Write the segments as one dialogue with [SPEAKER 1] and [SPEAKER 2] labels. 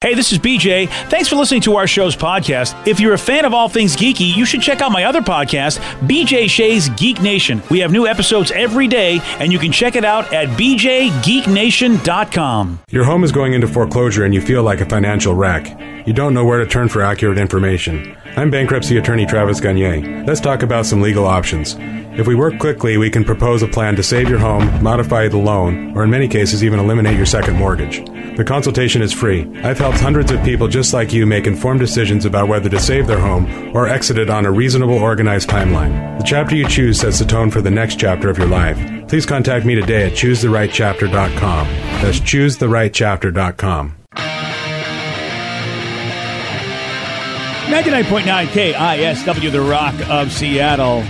[SPEAKER 1] Hey, this is BJ. Thanks for listening to our show's podcast. If you're a fan of all things geeky, you should check out my other podcast, BJ Shays Geek Nation. We have new episodes every day, and you can check it out at bjgeeknation.com.
[SPEAKER 2] Your home is going into foreclosure and you feel like a financial wreck. You don't know where to turn for accurate information. I'm bankruptcy attorney Travis Gagne. Let's talk about some legal options. If we work quickly, we can propose a plan to save your home, modify the loan, or in many cases, even eliminate your second mortgage. The consultation is free. I've helped hundreds of people just like you make informed decisions about whether to save their home or exit it on a reasonable, organized timeline. The chapter you choose sets the tone for the next chapter of your life. Please contact me today at choosetherightchapter.com. That's choosetherightchapter.com.
[SPEAKER 1] 99.9 KISW, the Rock of Seattle.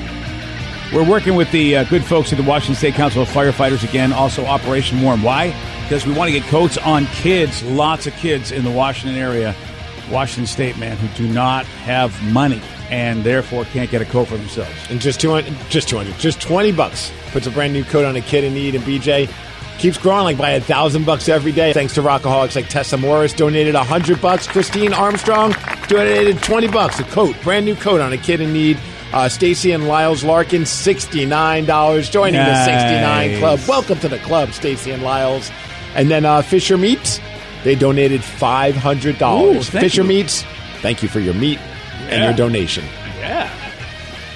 [SPEAKER 1] We're working with the uh, good folks at the Washington State Council of Firefighters again, also Operation Warm. Why? Because we want to get coats on kids, lots of kids in the Washington area, Washington State, man, who do not have money and therefore can't get a coat for themselves.
[SPEAKER 3] And just 200, just 200, just 20 bucks puts a brand new coat on a kid in need. And BJ keeps growing like by a thousand bucks every day. Thanks to Rockaholics like Tessa Morris donated a hundred bucks. Christine Armstrong donated 20 bucks. A coat, brand new coat on a kid in need. Uh, Stacy and Lyles Larkin, $69, joining
[SPEAKER 1] Nice.
[SPEAKER 3] the 69 Club. Welcome to the club, Stacy and Lyles. And then uh, Fisher Meats, they donated $500.
[SPEAKER 1] Ooh, thank
[SPEAKER 3] Fisher
[SPEAKER 1] you.
[SPEAKER 3] Meats, thank you for your meat and
[SPEAKER 1] Yeah.
[SPEAKER 3] your donation.
[SPEAKER 1] Yeah.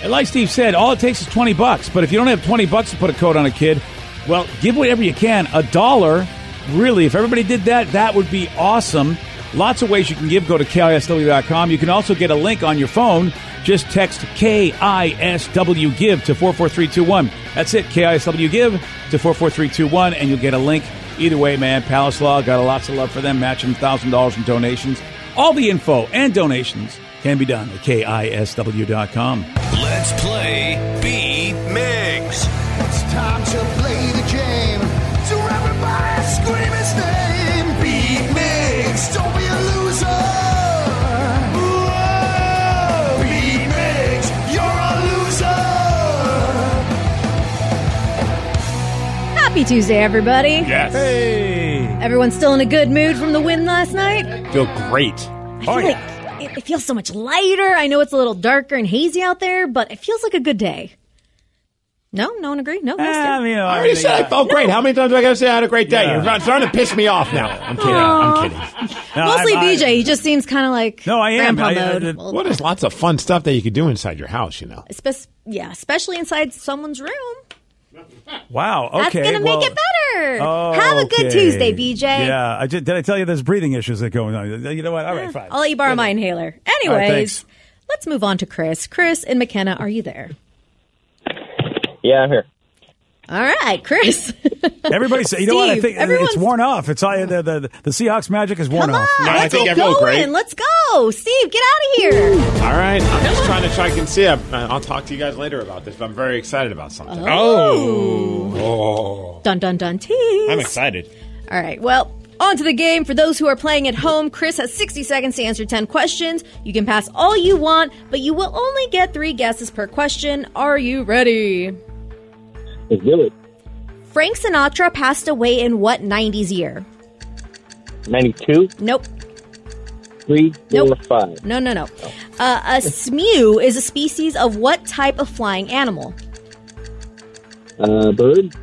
[SPEAKER 1] And like Steve said, all it takes is 20 bucks. But if you don't have 20 bucks to put a coat on a kid, well, give whatever you can. A dollar, really, if everybody did that, that would be awesome. Lots of ways you can give. Go to KISW.com. You can also get a link on your phone. Just text KISW Give to 44321. That's it, KISW Give to 44321, and you'll get a link. Either way, man, Palace Law, got lots of love for them. Match them $1,000 in donations. All the info and donations can be done at KISW.com.
[SPEAKER 4] Let's play B Migs.
[SPEAKER 5] It's time to play the game. So everybody scream his name. Beat Mix. Don't be a loser. Whoa. Beat Mix. You're a loser.
[SPEAKER 6] Happy Tuesday, everybody.
[SPEAKER 1] Yes. Hey.
[SPEAKER 6] Everyone's still in a good mood from the win last night.
[SPEAKER 3] Feel great.
[SPEAKER 1] Oh,
[SPEAKER 6] I feel like it, it feels so much lighter. I know it's a little darker and hazy out there, but it feels like a good day. No, no one agree. No, no,
[SPEAKER 1] I
[SPEAKER 6] Stu.
[SPEAKER 1] mean,
[SPEAKER 3] I already said I felt Oh, great. How many times do I got to say I had a great day?
[SPEAKER 1] Yeah.
[SPEAKER 3] You're starting to piss me off now. I'm kidding. I'm kidding.
[SPEAKER 1] No,
[SPEAKER 6] mostly
[SPEAKER 1] I- I-
[SPEAKER 6] BJ. He just seems kind of like
[SPEAKER 1] No, I am.
[SPEAKER 6] grandpa
[SPEAKER 1] I- I-
[SPEAKER 6] mode.
[SPEAKER 1] I-
[SPEAKER 6] Well,
[SPEAKER 3] Well, there's lots of fun stuff that you could do inside your house, you know.
[SPEAKER 6] spe- yeah, especially inside someone's room.
[SPEAKER 1] wow. Okay.
[SPEAKER 6] That's gonna
[SPEAKER 1] well-
[SPEAKER 6] make it better.
[SPEAKER 1] Oh,
[SPEAKER 6] Have a good
[SPEAKER 1] okay.
[SPEAKER 6] Tuesday, BJ.
[SPEAKER 1] Yeah. I ju- did I tell you there's breathing issues that going on? You know what? All right, fine.
[SPEAKER 6] I'll let you borrow my inhaler.
[SPEAKER 1] All right,
[SPEAKER 6] Anyways,
[SPEAKER 1] thanks.
[SPEAKER 6] let's move on to Chris. Chris and McKenna, are you there?
[SPEAKER 7] Yeah, I'm here.
[SPEAKER 6] All right, Chris.
[SPEAKER 1] Everybody say, you know what? I
[SPEAKER 6] Steve,
[SPEAKER 1] think
[SPEAKER 6] everyone's-
[SPEAKER 1] it's worn off. It's all, the, the the Seahawks magic is worn
[SPEAKER 6] Come on,
[SPEAKER 1] off.
[SPEAKER 3] No, I
[SPEAKER 6] let's
[SPEAKER 3] think
[SPEAKER 6] get
[SPEAKER 3] everyone's
[SPEAKER 6] going.
[SPEAKER 3] great.
[SPEAKER 6] Let's go, Steve. Get out of here.
[SPEAKER 3] All right. I'm just trying to try and see. I'm- uh, I'll talk to you guys later about this. but I'm very excited about something.
[SPEAKER 6] Oh.
[SPEAKER 3] Oh.
[SPEAKER 6] Dun dun dun tease.
[SPEAKER 8] I'm excited.
[SPEAKER 6] All right, well, on to the game. For those who are playing at home, Chris has 60 seconds to answer 10 questions. You can pass all you want, but you will only get three guesses per question. Are you ready?
[SPEAKER 7] Let's do it.
[SPEAKER 6] Frank Sinatra passed away in what 90s year?
[SPEAKER 7] 92,
[SPEAKER 6] Nope.
[SPEAKER 7] 3,
[SPEAKER 6] Nope.
[SPEAKER 7] 4, 5.
[SPEAKER 6] No, no, no.
[SPEAKER 7] Oh.
[SPEAKER 6] Uh, a smew is a species of what type of flying animal?
[SPEAKER 7] Uh, bird,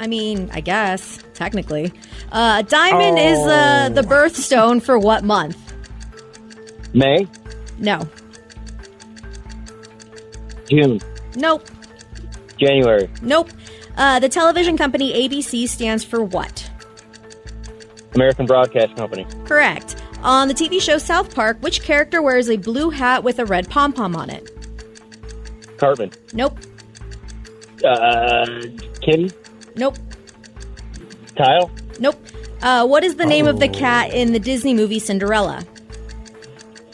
[SPEAKER 6] I mean, I guess, technically. Uh, diamond is uh,
[SPEAKER 7] Oh.
[SPEAKER 6] the birthstone for what month?
[SPEAKER 7] May,
[SPEAKER 6] No.
[SPEAKER 7] June,
[SPEAKER 6] Nope.
[SPEAKER 7] January,
[SPEAKER 6] Nope. Uh, the television company ABC stands for what?
[SPEAKER 7] American Broadcast Company,
[SPEAKER 6] Correct. On the TV show South Park, which character wears a blue hat with a red pom pom on it?
[SPEAKER 7] Cartman,
[SPEAKER 6] Nope.
[SPEAKER 7] uh, Kim,
[SPEAKER 6] Nope.
[SPEAKER 7] Kyle, Oh.
[SPEAKER 6] Nope. Uh, what is the name of the cat in the Disney movie Cinderella?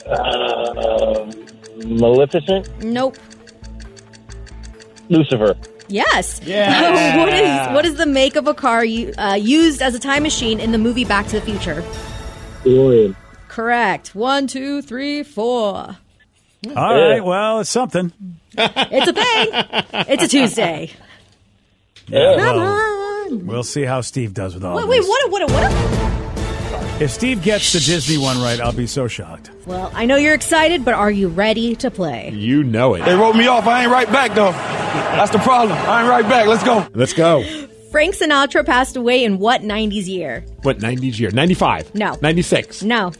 [SPEAKER 7] uh, Maleficent,
[SPEAKER 6] Nope.
[SPEAKER 7] Lucifer,
[SPEAKER 6] Yes.
[SPEAKER 3] Yeah.
[SPEAKER 6] what is what is the make of a car you, uh, used as a time machine in the movie Back to the Future?
[SPEAKER 7] DeLorean.
[SPEAKER 6] Correct. One, two, three, four.
[SPEAKER 1] All right. Well, it's something.
[SPEAKER 6] It's a thing. it's a Tuesday. Come on.
[SPEAKER 1] We'll see how Steve does with all
[SPEAKER 6] Wait, wait,
[SPEAKER 1] this.
[SPEAKER 6] what? a- What? a- What? a-
[SPEAKER 1] If Steve gets the Disney one right, I'll be so shocked.
[SPEAKER 6] Well, I know you're excited, but are you ready to play?
[SPEAKER 3] You know it.
[SPEAKER 5] They wrote me off. I ain't right back, though. That's the problem. I ain't right back. Let's go.
[SPEAKER 3] Let's go.
[SPEAKER 6] Frank Sinatra passed away in what 90s year?
[SPEAKER 3] What, 90s year? 95?
[SPEAKER 6] No.
[SPEAKER 3] 96?
[SPEAKER 6] No,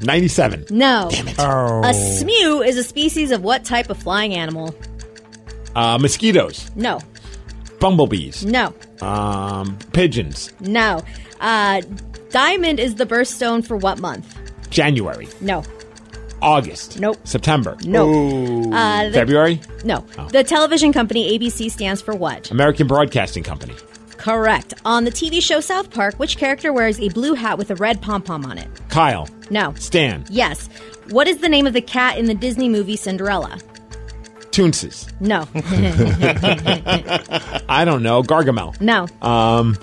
[SPEAKER 3] 97?
[SPEAKER 6] no. Damn it. A smew is a species of what type of flying animal?
[SPEAKER 3] Uh, mosquitoes.
[SPEAKER 6] No,
[SPEAKER 3] Bumblebees.
[SPEAKER 6] no,
[SPEAKER 3] Um, pigeons.
[SPEAKER 6] no. Uh, diamond is the birthstone for what month?
[SPEAKER 3] January.
[SPEAKER 6] No,
[SPEAKER 3] August.
[SPEAKER 6] Nope.
[SPEAKER 3] September.
[SPEAKER 6] no. Uh, the-
[SPEAKER 3] February.
[SPEAKER 6] No. The television company ABC stands for what?
[SPEAKER 3] American Broadcasting Company.
[SPEAKER 6] Correct. On the TV show South Park, which character wears a blue hat with a red pom pom on it?
[SPEAKER 3] Kyle.
[SPEAKER 6] No.
[SPEAKER 3] Stan.
[SPEAKER 6] Yes. What is the name of the cat in the Disney movie Cinderella?
[SPEAKER 3] Toonses.
[SPEAKER 6] No.
[SPEAKER 3] I don't know. Gargamel.
[SPEAKER 6] no.
[SPEAKER 3] Um,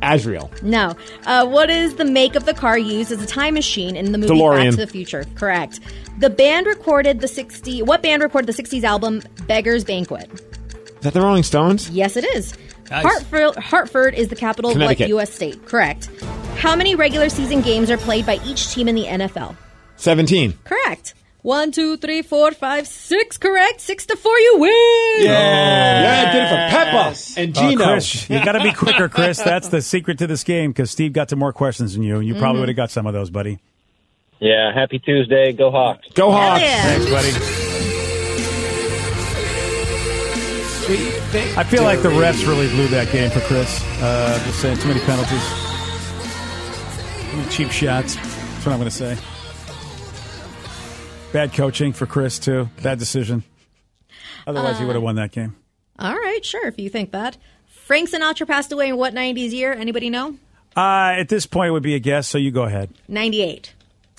[SPEAKER 3] Azrael.
[SPEAKER 6] No. Uh, what is the make of the car used as a time machine in the movie Back
[SPEAKER 3] DeLorean.
[SPEAKER 6] to the Future? Correct. The band recorded the 60 What band recorded the 60s album Beggar's Banquet?
[SPEAKER 3] Is that the Rolling Stones?
[SPEAKER 6] Yes, it is. Hartford, Hartford is the capital of what
[SPEAKER 3] Connecticut.
[SPEAKER 6] U.S. state? Correct. How many regular season games are played by each team in the NFL?
[SPEAKER 3] 17.
[SPEAKER 6] Correct. One, two, three, four, five, six. Correct. Six to four, you win.
[SPEAKER 3] Yeah, I did it for Peppa and
[SPEAKER 1] Oh,
[SPEAKER 3] Gino.
[SPEAKER 1] Chris, you got to be quicker, Chris. That's the secret to this game because Steve got to more questions than you, and you
[SPEAKER 6] Mm-hmm.
[SPEAKER 1] probably would have got some of those, buddy.
[SPEAKER 7] Yeah, happy Tuesday. Go Hawks.
[SPEAKER 3] Go Hawks.
[SPEAKER 6] Yeah.
[SPEAKER 1] Thanks, buddy. I feel like the refs really blew that game for Chris. Uh, just saying, too many penalties, too many cheap shots. That's what I'm going to say. Bad coaching for Chris too. Bad decision. Otherwise, he would have won that game.
[SPEAKER 6] All right, sure, if you think that. Frank Sinatra passed away in what 90s year? Anybody know?
[SPEAKER 1] Uh, at this point, it would be a guess. So you go ahead.
[SPEAKER 6] 98.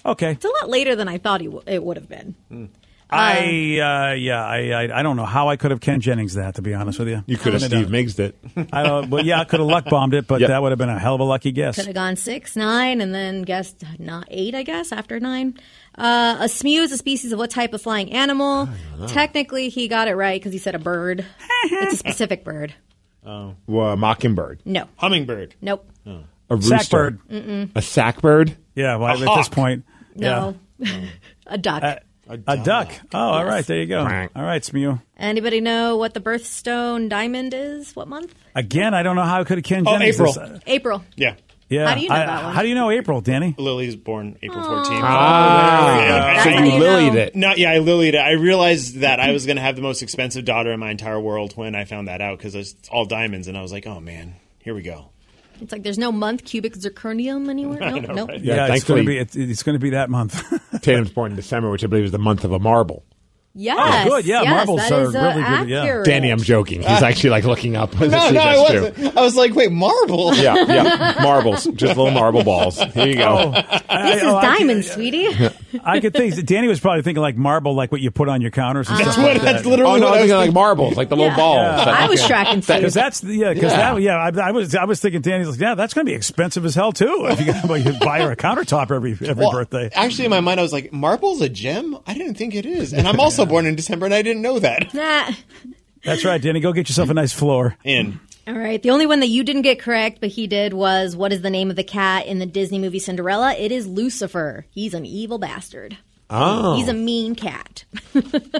[SPEAKER 1] Okay.
[SPEAKER 6] It's a lot later than I thought he w- it would have been.
[SPEAKER 1] I uh, yeah I, I I don't know how I could have Ken Jennings that to be honest with you.
[SPEAKER 2] You could have
[SPEAKER 1] Couldn't done
[SPEAKER 2] Steve Miggs it.
[SPEAKER 1] it. I don't. Well, yeah, I could have luck bombed it, but
[SPEAKER 2] Yep.
[SPEAKER 1] that would have been a hell of a lucky guess.
[SPEAKER 6] Could have gone six, nine, and then guessed not eight, I guess, after nine. Uh, a smew is a species of what type of flying animal? Technically, he got it right because he said a bird. it's a specific bird.
[SPEAKER 3] Well, a mockingbird.
[SPEAKER 6] No.
[SPEAKER 8] Hummingbird.
[SPEAKER 6] Nope.
[SPEAKER 3] A rooster.
[SPEAKER 1] Sackbird.
[SPEAKER 3] A sackbird.
[SPEAKER 1] Yeah. Well, at this
[SPEAKER 8] hawk.
[SPEAKER 1] point.
[SPEAKER 6] No. a duck.
[SPEAKER 1] Yeah. A duck. Oh, all right. There you go.
[SPEAKER 3] Quack.
[SPEAKER 1] All right, Smew.
[SPEAKER 6] Anybody know what the birthstone diamond is? What month?
[SPEAKER 1] Again, I don't know how I could have Ken
[SPEAKER 8] Oh,
[SPEAKER 1] Jennings.
[SPEAKER 8] April.
[SPEAKER 1] this. uh,
[SPEAKER 6] April.
[SPEAKER 8] Yeah.
[SPEAKER 1] Yeah.
[SPEAKER 6] How do you know
[SPEAKER 1] I-
[SPEAKER 6] that one?
[SPEAKER 1] How do you know April, Danny?
[SPEAKER 8] Lily's born April 14th.
[SPEAKER 3] Ah,
[SPEAKER 6] That's
[SPEAKER 3] so
[SPEAKER 6] how
[SPEAKER 3] you
[SPEAKER 6] you
[SPEAKER 3] lilied
[SPEAKER 6] know.
[SPEAKER 3] it.
[SPEAKER 8] No, yeah, I lilied it. I realized that I was going to have the most expensive daughter in my entire world when I found that out because it's all diamonds, and I was like, oh man, here we go.
[SPEAKER 6] It's like there's no month cubic zirconium anywhere. Nope. nope.
[SPEAKER 3] Yeah,
[SPEAKER 1] it's
[SPEAKER 3] thankfully,
[SPEAKER 1] going to be it's, it's going to be that month.
[SPEAKER 3] Tatum's born in December, which I believe is the month of a marble.
[SPEAKER 6] Yes.
[SPEAKER 1] Oh, good. Yeah,
[SPEAKER 6] yes,
[SPEAKER 1] marbles
[SPEAKER 6] that
[SPEAKER 1] are
[SPEAKER 6] is, uh,
[SPEAKER 1] really good, yeah.
[SPEAKER 6] accurate.
[SPEAKER 3] Danny, I'm joking. He's actually like looking up. No,
[SPEAKER 8] I was like, wait, marble?
[SPEAKER 3] Yeah, yeah. Marbles. Just little marble balls. Here you go.
[SPEAKER 1] I-
[SPEAKER 6] This is
[SPEAKER 1] oh, I-
[SPEAKER 6] diamond, sweetie.
[SPEAKER 1] I could think Danny was probably thinking like marble, like what you put on your counters and stuff like
[SPEAKER 8] What-
[SPEAKER 1] that.
[SPEAKER 8] that's literally
[SPEAKER 3] Oh, no,
[SPEAKER 8] what
[SPEAKER 3] I was
[SPEAKER 8] I was
[SPEAKER 3] thinking like marbles, like the little balls.
[SPEAKER 6] I was tracking Steve.
[SPEAKER 1] Because that's the- yeah, because that yeah, I, I was I was thinking Danny's like yeah, that's going to be expensive as hell too. If you, well, you buy her a countertop every every
[SPEAKER 8] Well,
[SPEAKER 1] birthday.
[SPEAKER 8] Actually, in my mind, I was like, marble's a gem? I didn't think it is. And I'm also born in December, and I didn't know that.
[SPEAKER 6] Nah.
[SPEAKER 1] That's right, Danny. Go get yourself a nice floor.
[SPEAKER 8] And
[SPEAKER 6] All right. The only one that you didn't get correct, but he did, was what is the name of the cat in the Disney movie Cinderella? It is Lucifer. He's an evil bastard. Oh. He's a mean cat.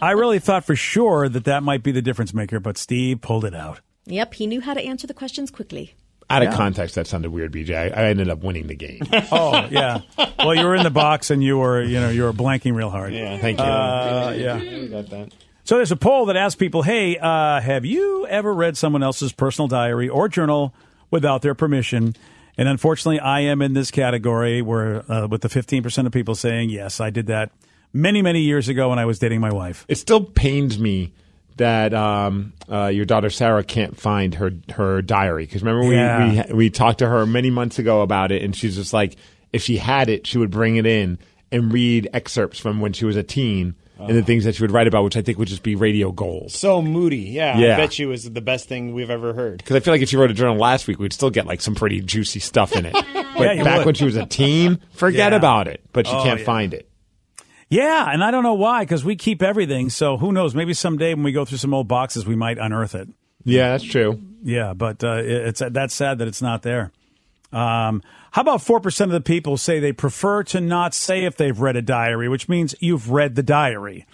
[SPEAKER 1] I really thought for sure that that might be the difference maker, but Steve pulled it out.
[SPEAKER 6] Yep, he knew how to answer the questions quickly.
[SPEAKER 3] Out of
[SPEAKER 6] Yeah.
[SPEAKER 3] context, that sounded weird, BJ. I, I ended up winning the game.
[SPEAKER 1] Oh yeah. Well, you were in the box and you were you know you were blanking real hard. Yeah.
[SPEAKER 3] Thank you.
[SPEAKER 1] Uh, yeah.
[SPEAKER 8] We got that.
[SPEAKER 1] So there's a poll that asks people, "Hey, uh, have you ever read someone else's personal diary or journal without their permission?" And unfortunately, I am in this category where uh, with the 15% of people saying, "Yes, I did that many many years ago when I was dating my wife."
[SPEAKER 3] It still pains me that um, uh, your daughter Sarah can't find her her diary because remember we,
[SPEAKER 1] Yeah.
[SPEAKER 3] we we talked to her many months ago about it, and she's just like, if she had it, she would bring it in and read excerpts from when she was a teen and
[SPEAKER 8] Oh.
[SPEAKER 3] the things that she would write about, which I think would just be radio gold.
[SPEAKER 8] So moody. Yeah,
[SPEAKER 3] Yeah.
[SPEAKER 8] I bet you is the best thing we've ever heard.
[SPEAKER 3] Because I feel like if she wrote a journal last week, we'd still get like some pretty juicy stuff in it.
[SPEAKER 1] Yeah,
[SPEAKER 3] But
[SPEAKER 1] you
[SPEAKER 3] back
[SPEAKER 1] would.
[SPEAKER 3] when she was a teen, forget
[SPEAKER 1] Yeah.
[SPEAKER 3] about it. But she
[SPEAKER 1] Oh,
[SPEAKER 3] can't
[SPEAKER 1] yeah.
[SPEAKER 3] find it.
[SPEAKER 1] Yeah, and I don't know why because we keep everything. So who knows? Maybe someday when we go through some old boxes, we might unearth it.
[SPEAKER 3] Yeah, that's true.
[SPEAKER 1] Yeah, but uh, it- it's that's sad that it's not there. Um, how about four percent of the people say they prefer to not say if they've read a diary, which means you've read the diary.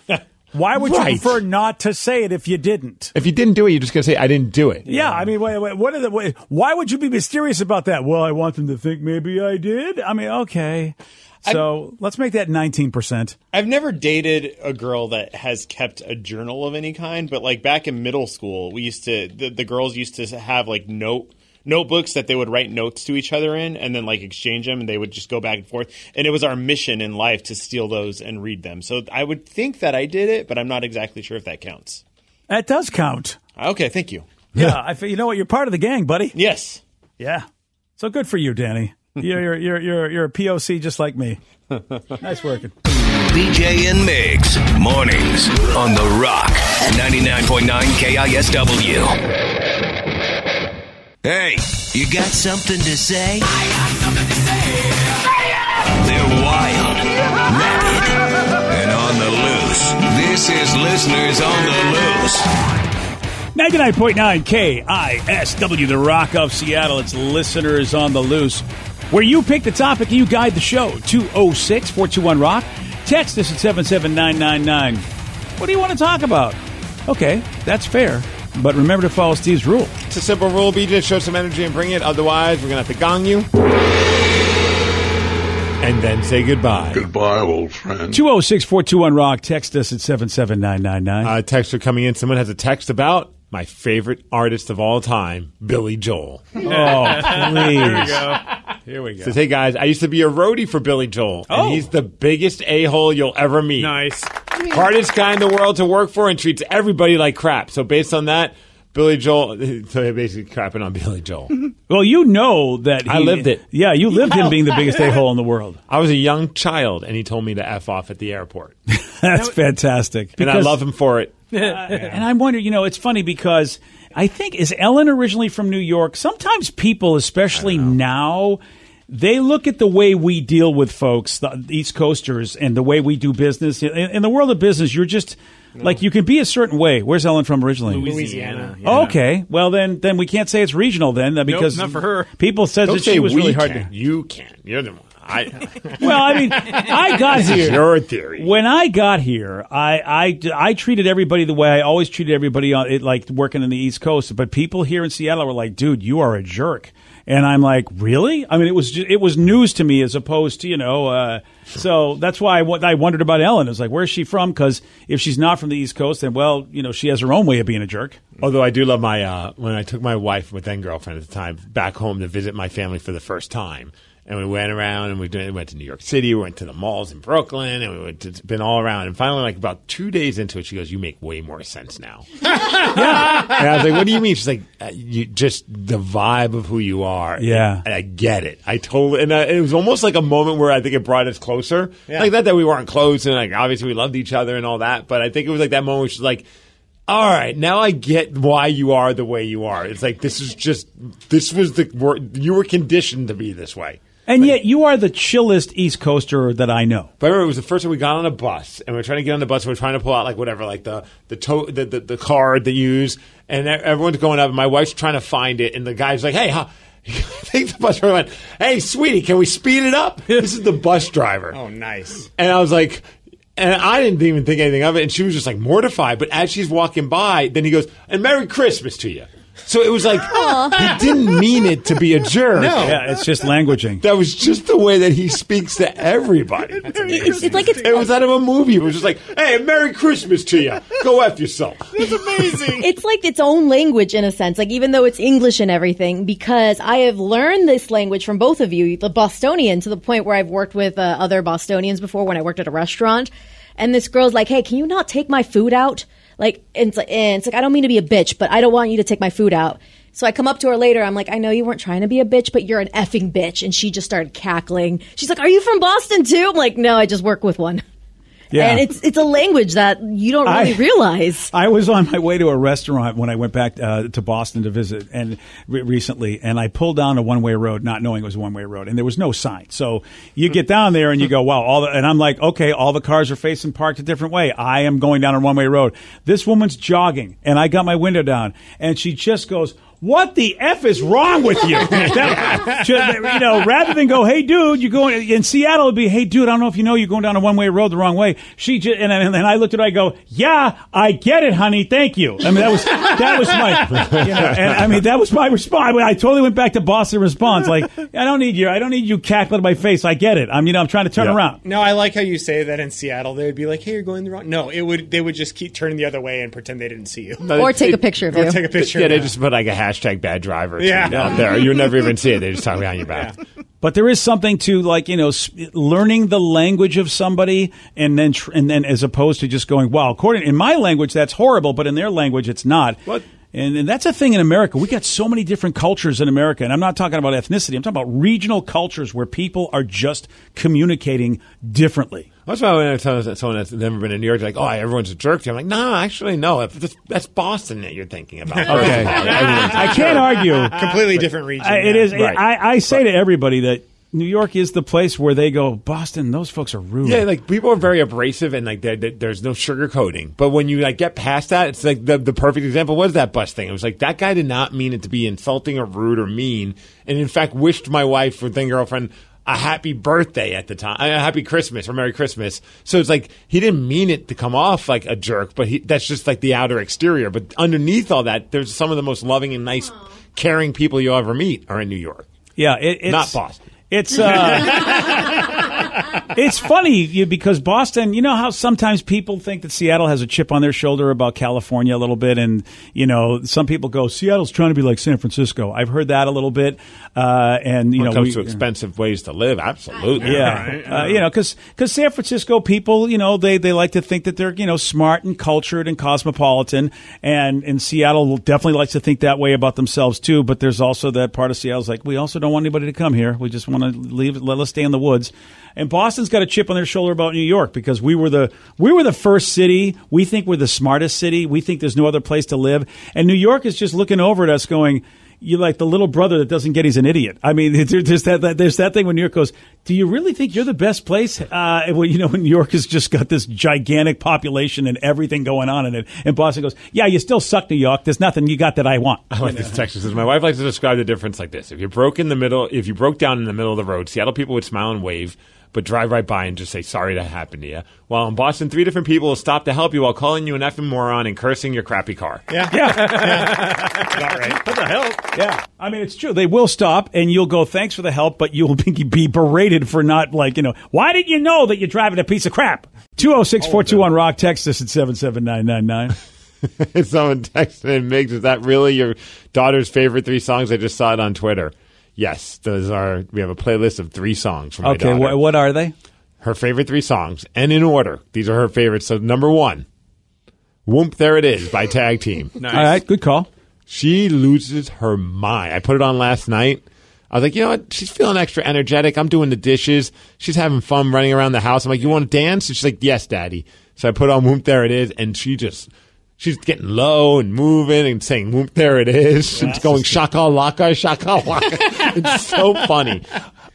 [SPEAKER 1] Why would you
[SPEAKER 3] Right.
[SPEAKER 1] prefer not to say it if you didn't?
[SPEAKER 3] If you didn't do it, you're just gonna say I didn't do it.
[SPEAKER 1] Yeah, I mean, wait, wait, what are the? Wait, why would you be mysterious about that? Well, I want them to think maybe I did. I mean, okay, so let's make that nineteen percent.
[SPEAKER 8] I've never dated a girl that has kept a journal of any kind, but like back in middle school, we used to the, the girls used to have like note notebooks that they would write notes to each other in and then like exchange them and they would just go back and forth and it was our mission in life to steal those and read them. So I would think that I did it, but I'm not exactly sure if that counts.
[SPEAKER 1] That does count.
[SPEAKER 8] Okay, thank you.
[SPEAKER 1] Yeah, I feel, you know what? You're part of the gang, buddy.
[SPEAKER 8] Yes.
[SPEAKER 1] Yeah. So good for you, Danny. You're you're you're you're, you're a POC just like me. nice working.
[SPEAKER 4] BJ and Migs, mornings on The Rock, 99.9 KISW. Hey, you got something to say? I got something to say. They're wild, rabid, and on the loose. This is Listeners on the Loose.
[SPEAKER 1] 99.9 KISW, the Rock of Seattle. It's Listeners on the Loose, where you pick the topic and you guide the show. 206 421 Rock. Text us at 77999. What do you want to talk about? Okay, that's fair. But remember to follow Steve's rule.
[SPEAKER 3] It's a simple rule, BJ. Show some energy and bring it. Otherwise, we're gonna have to gong you. And then say goodbye.
[SPEAKER 9] Goodbye, old friend.
[SPEAKER 1] 206 421 Rock. Text us at 77999.
[SPEAKER 3] Uh, texts are coming in. Someone has a text about my favorite artist of all time, Billy Joel.
[SPEAKER 1] Oh, please.
[SPEAKER 3] Here we go. Says, hey guys, I used to be a roadie for Billy Joel,
[SPEAKER 1] Oh.
[SPEAKER 3] and he's the biggest a hole you'll ever meet.
[SPEAKER 8] Nice.
[SPEAKER 3] hardest guy in the world to work for and treats everybody like crap. So based on that, Billy Joel, so they're basically crapping on Billy Joel.
[SPEAKER 1] Well, you know that he,
[SPEAKER 3] I lived it.
[SPEAKER 1] Yeah, you lived him being the biggest a hole in the world.
[SPEAKER 3] I was a young child, and he told me to f off at the airport,
[SPEAKER 1] That's fantastic.
[SPEAKER 3] and I love him for it.
[SPEAKER 1] And I wonder, you know, it's funny because I think is Ellen originally from New York. Sometimes people, especially now, they look at the way we deal with folks, the East Coasters, and the way we do business. In, in the world of business, you're just like you can be a certain way. Where's Ellen from originally?
[SPEAKER 8] Louisiana.
[SPEAKER 1] Okay, well then, then we can't say it's regional then, uh, because
[SPEAKER 10] not for her.
[SPEAKER 1] People said
[SPEAKER 3] Don't
[SPEAKER 1] that
[SPEAKER 3] say
[SPEAKER 1] she was
[SPEAKER 3] we
[SPEAKER 1] really hard
[SPEAKER 3] can.
[SPEAKER 1] to.
[SPEAKER 3] You can. You're the one. I,
[SPEAKER 1] Well, I mean, I got
[SPEAKER 3] this is
[SPEAKER 1] here.
[SPEAKER 3] your theory.
[SPEAKER 1] When I got here, I, I, I treated everybody the way I always treated everybody on it, like working in the East Coast. But people here in Seattle were like, "Dude, you are a jerk," and I'm like, "Really?" I mean, it was ju- it was news to me as opposed to you know. Uh, so that's why I, wa- I wondered about Ellen. I was like, "Where's she from?" Because if she's not from the East Coast, then well, you know, she has her own way of being a jerk.
[SPEAKER 3] Although I do love my uh, when I took my wife, my then girlfriend at the time, back home to visit my family for the first time, and we went around and we did- went to New York City, we went to the malls in Brooklyn, and we went to, it's been all around. And finally, like about two days into it, she goes, "You make way more sense now." And I was like, "What do you mean?" She's like, uh, "You just the vibe of who you are."
[SPEAKER 1] Yeah.
[SPEAKER 3] and I get it. I totally. And I, it was almost like a moment where I think it brought us closer. Like that that we weren't close, and like obviously we loved each other and all that. But I think it was like that moment where she's like. All right, now I get why you are the way you are. It's like this is just this was the wor- you were conditioned to be this way.
[SPEAKER 1] And yet, you are the chillest East Coaster that I know.
[SPEAKER 3] But I remember it was the first time we got on a bus, and we were trying to get on the bus. And we were trying to pull out like whatever, like the the to- the, the the card they use, and e- everyone's going up. And my wife's trying to find it, and the guy's like, "Hey, huh? I think the bus driver went, "Hey, sweetie, can we speed it up?" This is the bus driver.
[SPEAKER 8] Oh, nice.
[SPEAKER 3] And I was like, and I didn't even think anything of it. And she was just like mortified. But as she's walking by, then he goes, and Merry Christmas to you. So it was like he didn't mean it to be a jerk.
[SPEAKER 1] No. Yeah, it's just languaging.
[SPEAKER 3] That was just the way that he speaks to everybody. It's,
[SPEAKER 6] like it's,
[SPEAKER 3] it was out of a movie. It was just like, "Hey, Merry Christmas to you. Go f yourself."
[SPEAKER 6] it's like its own language in a sense, like even though it's English and everything, because I have learned this language from both of you, the Bostonian, to the point where I've worked with uh, other Bostonians before when I worked at a restaurant. And this girl's like, hey, can you not take my food out? Like, and it's like, and it's like I don't mean to be a bitch, but I don't want you to take my food out. So I come up to her later. I'm like, I know you weren't trying to be a bitch, but you're an effing bitch. And she just started cackling. She's like, Are you from Boston too? I'm like, No, I just work with one.
[SPEAKER 1] Yeah.
[SPEAKER 6] And it's it's a language that you don't really
[SPEAKER 1] I-
[SPEAKER 6] realize.
[SPEAKER 1] I was on my way to a restaurant when I went back uh, to Boston to visit and re- recently, and I pulled down a one way road, not knowing it was a one way road, and there was no sign. So you get down there and you go, wow, all the, and I'm like, okay, all the cars are facing parked a different way. I am going down a one way road. This woman's jogging, and I got my window down, and she just goes. What the f is wrong with you? That- just, you know, rather than go, hey dude, you going in Seattle? It'd be, hey dude, I don't know if you know, you're going down a one way road the wrong way. She just, and, and then I looked at her, I go, yeah, I get it, honey, thank you. I mean, that was that was my, you know, and I mean, that was my response. I totally went back to Boston response, like, I don't need you, I don't need you cackling in my face. I get it. I'm, you know, I'm trying to turn around.
[SPEAKER 9] No, I like how you say that in Seattle. They would be like, "Hey, you're going the wrong." No, it would. They would just keep turning the other way and pretend they didn't see you.
[SPEAKER 6] Or take a picture of
[SPEAKER 9] or
[SPEAKER 6] you.
[SPEAKER 9] take a picture.
[SPEAKER 3] Yeah,
[SPEAKER 9] of
[SPEAKER 3] they
[SPEAKER 9] you.
[SPEAKER 3] just put like a hashtag bad driver
[SPEAKER 9] Yeah.
[SPEAKER 3] tweet out there. You'll never even see it. They just talk behind your back.
[SPEAKER 1] But there is something to like you know sp- learning the language of somebody, and then tr- and then as opposed to just going, wow, according in my language that's horrible, but in their language it's not.
[SPEAKER 3] What?
[SPEAKER 1] And, and that's a thing in America. We got so many different cultures in America, and I'm not talking about ethnicity. I'm talking about regional cultures where people are just communicating differently.
[SPEAKER 3] That's why when I tell someone that's never been in New York, they're like, oh, everyone's a jerk to you. I'm like, no, actually, no. That's that's Boston that you're thinking about.
[SPEAKER 2] Okay.
[SPEAKER 1] I can't argue.
[SPEAKER 9] completely different region.
[SPEAKER 1] I, it
[SPEAKER 9] yeah.
[SPEAKER 1] is.
[SPEAKER 3] Right.
[SPEAKER 1] I, I say to everybody that New York is the place where they go. Boston, those folks are rude.
[SPEAKER 3] Yeah, like people are very abrasive and like they're, they there's no sugarcoating. But when you like get past that, it's like the, the perfect example was that bus thing. It was like that guy did not mean it to be insulting or rude or mean, and in fact wished my wife or then girlfriend a happy birthday at the time, a happy Christmas or Merry Christmas. So it's like he didn't mean it to come off like a jerk, but he, that's just like the outer exterior. But underneath all that, there's some of the most loving and nice, caring people you'll ever meet are in New York.
[SPEAKER 1] Yeah, it, it's
[SPEAKER 3] Not Boston.
[SPEAKER 1] It's uh, it's funny you, because Boston. You know how sometimes people think that Seattle has a chip on their shoulder about California a little bit, and you know some people go, "Seattle's trying to be like San Francisco." I've heard that a little bit, uh, and you
[SPEAKER 3] When it
[SPEAKER 1] know,
[SPEAKER 3] comes to
[SPEAKER 1] we-
[SPEAKER 3] expensive ways to live, absolutely.
[SPEAKER 1] yeah, uh, you know, because San Francisco people, you know, they, they like to think that they're you know smart and cultured and cosmopolitan, and and Seattle definitely likes to think that way about themselves too. But there's also that part of Seattle's like we also don't want anybody to come here. We just want to leave. Let us stay in the woods. And Boston's got a chip on their shoulder about New York because we were the we were the first city. We think we're the smartest city. We think there's no other place to live. And New York is just looking over at us going you like the little brother that doesn't get he's an idiot. I mean, there- there's that, that there's that thing when New York goes, "Do you really think you're the best place?" Uh, well, you know, when New York has just got this gigantic population and everything going on in it, and Boston goes, "Yeah, you still suck, New York. There's nothing you got that I want."
[SPEAKER 3] I like this text. It says, My wife likes to describe the difference like this: if you broke in the middle, if you broke down in the middle of the road, Seattle people would smile and wave, but drive right by and just say sorry that happened to you. While in Boston, three different people will stop to help you while calling you an effing moron and cursing your crappy car.
[SPEAKER 9] Yeah. About right. What the hell?
[SPEAKER 1] Yeah, I mean, it's true. They will stop, and you'll go, "Thanks for the help," but you'll be, be berated for not like you know. Why didn't you know that you're driving a piece of crap? Two zero six four two one rock. Text us at seven seven nine nine nine.
[SPEAKER 3] Someone texted and Migs, is that really your daughter's favorite three songs? I just saw it on Twitter. Yes, those are. We have a playlist of three songs from my
[SPEAKER 1] Okay,
[SPEAKER 3] daughter.
[SPEAKER 1] wh- what are they?
[SPEAKER 3] her favorite three songs, and in order. These are her favorites. So number one, "Whoomp," there it is by Tag Team.
[SPEAKER 1] All right, good call.
[SPEAKER 3] She loses her mind. I put it on last night. I was like, you know what? She's feeling extra energetic. I'm doing the dishes. She's having fun running around the house. I'm like, you want to dance? And she's like, yes, daddy. So I put on Whoop There It Is, and she just, she's getting low and moving and saying Whoop There It Is. and going shaka laka, shaka laka. it's so funny.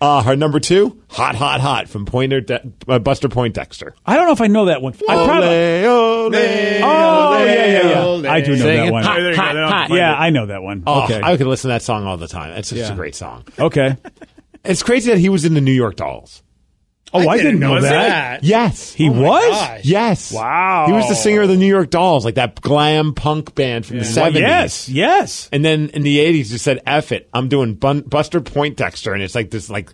[SPEAKER 3] Uh, her number two, Hot Hot Hot from Pointer De- uh, Buster Poindexter.
[SPEAKER 1] I don't know if I know that one. I
[SPEAKER 3] Ole,
[SPEAKER 1] probably.
[SPEAKER 3] ole,
[SPEAKER 1] Oh
[SPEAKER 3] ole,
[SPEAKER 1] yeah, yeah, yeah.
[SPEAKER 3] ole.
[SPEAKER 1] I do know
[SPEAKER 3] Singing
[SPEAKER 1] that one.
[SPEAKER 3] hot,
[SPEAKER 9] There you go.
[SPEAKER 3] hot,
[SPEAKER 9] They don't
[SPEAKER 3] hot.
[SPEAKER 9] find
[SPEAKER 1] yeah, I know that one.
[SPEAKER 3] Oh,
[SPEAKER 1] okay.
[SPEAKER 3] I could listen to that song all the time. It's just
[SPEAKER 1] Yeah.
[SPEAKER 3] a great song.
[SPEAKER 1] okay.
[SPEAKER 3] It's crazy that he was in the New York Dolls.
[SPEAKER 1] Oh, I, didn't, know
[SPEAKER 3] Was
[SPEAKER 1] that.
[SPEAKER 3] it? Yes,
[SPEAKER 1] He was?
[SPEAKER 3] Yes.
[SPEAKER 1] Oh Wow.
[SPEAKER 3] He was the singer of the New York Dolls, like that glam punk band from the
[SPEAKER 1] Yeah. Well,
[SPEAKER 3] seventies.
[SPEAKER 1] yes, yes.
[SPEAKER 3] And then in the eighties, just said "F it," I'm doing Bun- Buster Poindexter, and it's like this, like,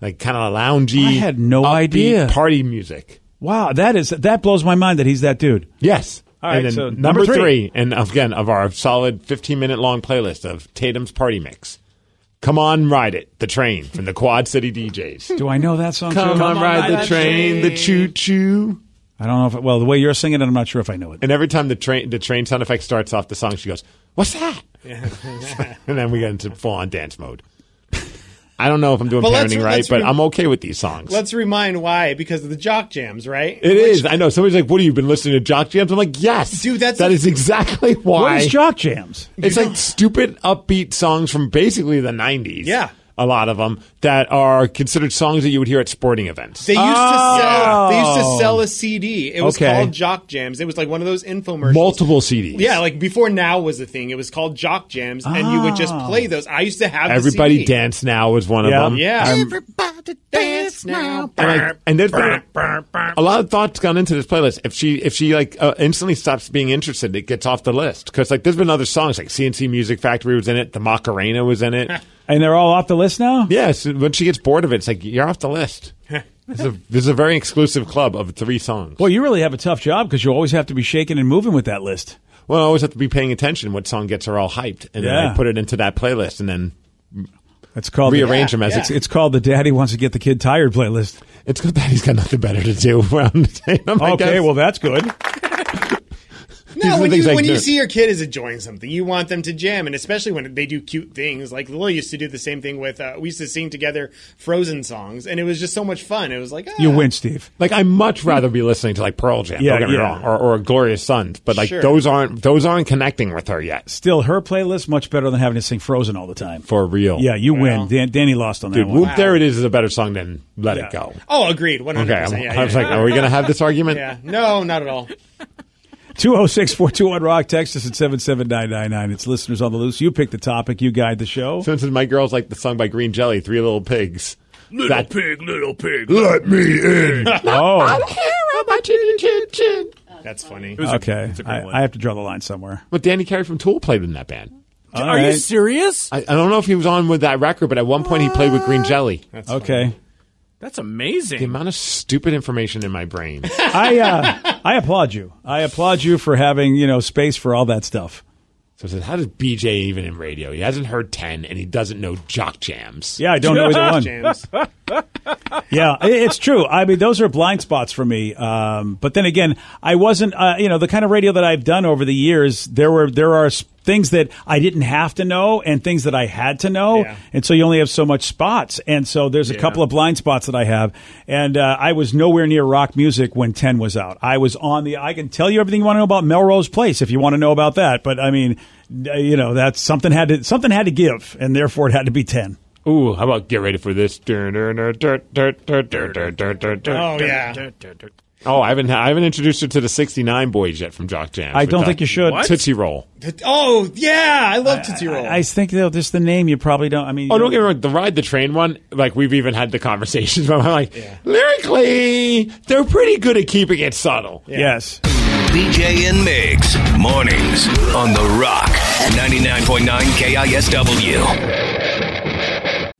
[SPEAKER 3] like kind of loungy.
[SPEAKER 1] I had no
[SPEAKER 3] upbeat
[SPEAKER 1] idea.
[SPEAKER 3] Party music.
[SPEAKER 1] Wow, that is that blows my mind that he's that dude.
[SPEAKER 3] Yes.
[SPEAKER 1] All right,
[SPEAKER 3] and then
[SPEAKER 1] so
[SPEAKER 3] number,
[SPEAKER 1] number
[SPEAKER 3] three.
[SPEAKER 1] three.
[SPEAKER 3] and again of our solid 15 minute long playlist of Tatum's Party Mix. Come on, ride it, the train from the Quad City DJs.
[SPEAKER 1] Do I know that song?
[SPEAKER 3] Come
[SPEAKER 1] too?
[SPEAKER 3] on, ride the train, the choo choo.
[SPEAKER 1] I don't know if it, well the way you're singing it, I'm not sure if I know it.
[SPEAKER 3] And every time the train the train sound effect starts off the song, she goes, "What's that?" and then we get into full on dance mode. I don't know if I'm doing
[SPEAKER 9] But let's-
[SPEAKER 3] parenting right,
[SPEAKER 9] let's
[SPEAKER 3] but
[SPEAKER 9] re-
[SPEAKER 3] I'm okay with these songs.
[SPEAKER 9] Let's remind why because of the jock jams, right?
[SPEAKER 3] It is. I know. Somebody's like, "What have you been listening to Jock Jams?" I'm like, "Yes,
[SPEAKER 9] Dude, that's
[SPEAKER 3] that
[SPEAKER 9] a-
[SPEAKER 3] is exactly why."
[SPEAKER 1] What is Jock Jams?
[SPEAKER 3] It's like stupid upbeat songs from basically the 90s.
[SPEAKER 9] Yeah.
[SPEAKER 3] A lot of them that are considered songs that you would hear at sporting events.
[SPEAKER 9] They used to sell.
[SPEAKER 1] Oh.
[SPEAKER 9] They used to sell a CD. It was
[SPEAKER 3] Okay.
[SPEAKER 9] called Jock Jams. It was like one of those infomercials.
[SPEAKER 3] Multiple CDs.
[SPEAKER 9] Yeah, like before now was a thing. It was called Jock Jams, and you would just play those. I used to have the
[SPEAKER 3] Ah. Everybody
[SPEAKER 9] CD.
[SPEAKER 3] Dance Now was one
[SPEAKER 1] Yeah.
[SPEAKER 3] of them.
[SPEAKER 9] Yeah.
[SPEAKER 3] Everybody
[SPEAKER 9] Dance now.
[SPEAKER 3] And, like, and there's been a, a lot of thoughts gone into this playlist. If she if she like uh, instantly stops being interested, it gets off the list because like there's been other songs like CNC Music Factory was in it, the Macarena was in it.
[SPEAKER 1] And they're all off the list now.
[SPEAKER 3] Yes, when she gets bored of it, it's like you're off the list. This is a, this is a very exclusive club of three songs.
[SPEAKER 1] Well, you really have a tough job because you always have to be shaking and moving with that list.
[SPEAKER 3] Well, I always have to be paying attention what song gets her all hyped, and then
[SPEAKER 1] Yeah.
[SPEAKER 3] I put it into that playlist, and then
[SPEAKER 1] It's called
[SPEAKER 3] Rearrange
[SPEAKER 1] the,
[SPEAKER 3] them as
[SPEAKER 1] it's,
[SPEAKER 3] it's-
[SPEAKER 1] it's called the Daddy Wants to Get the Kid Tired playlist.
[SPEAKER 3] it's good that he's got nothing better to do around the table. I
[SPEAKER 1] okay,
[SPEAKER 3] guess.
[SPEAKER 1] well that's good.
[SPEAKER 3] These are
[SPEAKER 9] No, when,
[SPEAKER 3] things
[SPEAKER 9] you,
[SPEAKER 3] I
[SPEAKER 9] when you
[SPEAKER 3] do.
[SPEAKER 9] see your kid is enjoying something, you want them to jam, and especially when they do cute things. Like Lily used to do the same thing with. Uh, we used to sing together Frozen songs, and it was just so much fun. It was like ah.
[SPEAKER 1] You win, Steve.
[SPEAKER 3] like I much rather be listening to like Pearl Jam, don't
[SPEAKER 1] Yeah,
[SPEAKER 3] get me
[SPEAKER 1] yeah.
[SPEAKER 3] wrong, or, or Glorious Sons, but like
[SPEAKER 9] Sure.
[SPEAKER 3] those aren't those aren't connecting with her yet
[SPEAKER 1] Still, her playlist much better than having to sing Frozen all the time.
[SPEAKER 3] for real.
[SPEAKER 1] Yeah, you
[SPEAKER 9] Well.
[SPEAKER 1] win. Dan, Danny lost on that
[SPEAKER 3] dude,
[SPEAKER 1] one.
[SPEAKER 3] Whoop There It Is is a better song than Let
[SPEAKER 1] Yeah.
[SPEAKER 3] It Go.
[SPEAKER 9] Oh, agreed, one
[SPEAKER 3] Okay,
[SPEAKER 9] hundred
[SPEAKER 3] I'm-
[SPEAKER 9] percent. Yeah,
[SPEAKER 3] I was
[SPEAKER 9] yeah,
[SPEAKER 3] like, are we gonna have this argument?
[SPEAKER 9] yeah. No, not at all.
[SPEAKER 1] 206 421 Rock. Text us at 77999. It's listeners on the loose. You pick the topic, you guide the show.
[SPEAKER 3] Since my girls like the song by Green Jelly, Three Little Pigs. Little
[SPEAKER 1] pig, little pig.
[SPEAKER 3] Let me in.
[SPEAKER 1] Oh,
[SPEAKER 9] That's funny.
[SPEAKER 1] okay. I, I have to draw the line somewhere.
[SPEAKER 3] But Danny Carey from Tool played in that band.
[SPEAKER 1] All
[SPEAKER 10] Are you
[SPEAKER 1] right.
[SPEAKER 10] serious?
[SPEAKER 3] I, I don't know if he was on with that record, but at one point he played with Green Jelly.
[SPEAKER 1] Okay.
[SPEAKER 10] That's
[SPEAKER 3] The
[SPEAKER 10] amazing.
[SPEAKER 3] amount of stupid information in my brain.
[SPEAKER 1] I uh, I applaud you. I applaud you for having, you know, space for all that stuff.
[SPEAKER 3] so I said, how does BJ even in radio? He hasn't heard 10 and he doesn't know jock jams.
[SPEAKER 1] Yeah, I don't know either one.
[SPEAKER 9] Jams.
[SPEAKER 1] Yeah, i- it's true. I mean, those are blind spots for me. Um, but then again, I wasn't, uh, you know, the kind of radio that I've done over the years. There were there are s- things that I didn't have to know and things that I had to know,
[SPEAKER 9] Yeah.
[SPEAKER 1] and so you only have so much spots. And so there's a couple of blind spots that I have, and uh, I was nowhere near rock music when Ten was out. I was on the. I can tell you everything you want to know about Melrose Place if you want to know about that. But I mean, d- you know, that's something had to something had to give, and therefore it had to be Ten.
[SPEAKER 3] Ooh, how about get ready for this? Oh,
[SPEAKER 9] Oh yeah.
[SPEAKER 3] Oh, I haven't, I haven't introduced her to the 69 boys yet from jock jams.
[SPEAKER 1] I
[SPEAKER 3] We're
[SPEAKER 1] don't
[SPEAKER 3] talking-
[SPEAKER 1] think you should.
[SPEAKER 3] Tootsie Roll.
[SPEAKER 9] Oh yeah, I love Tootsie Roll.
[SPEAKER 1] I think though, just the name you probably don't. I mean,
[SPEAKER 3] Oh, don't get me wrong. The ride the train one, like we've even had the conversations. But I'm like, lyrically, they're pretty good at keeping it subtle.
[SPEAKER 1] Yes.
[SPEAKER 4] BJ and Migs, mornings on The Rock, 99.9 KISW.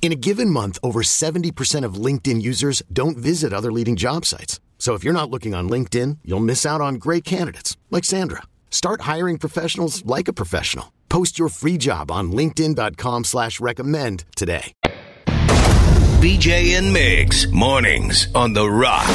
[SPEAKER 11] In a given month, over 70% of LinkedIn users don't visit other leading job sites. So if you're not looking on LinkedIn, you'll miss out on great candidates like Sandra. Start hiring professionals like a professional. Post your free job on linkedin.com slash recommend today.
[SPEAKER 4] BJ and Migs, mornings on The Rock.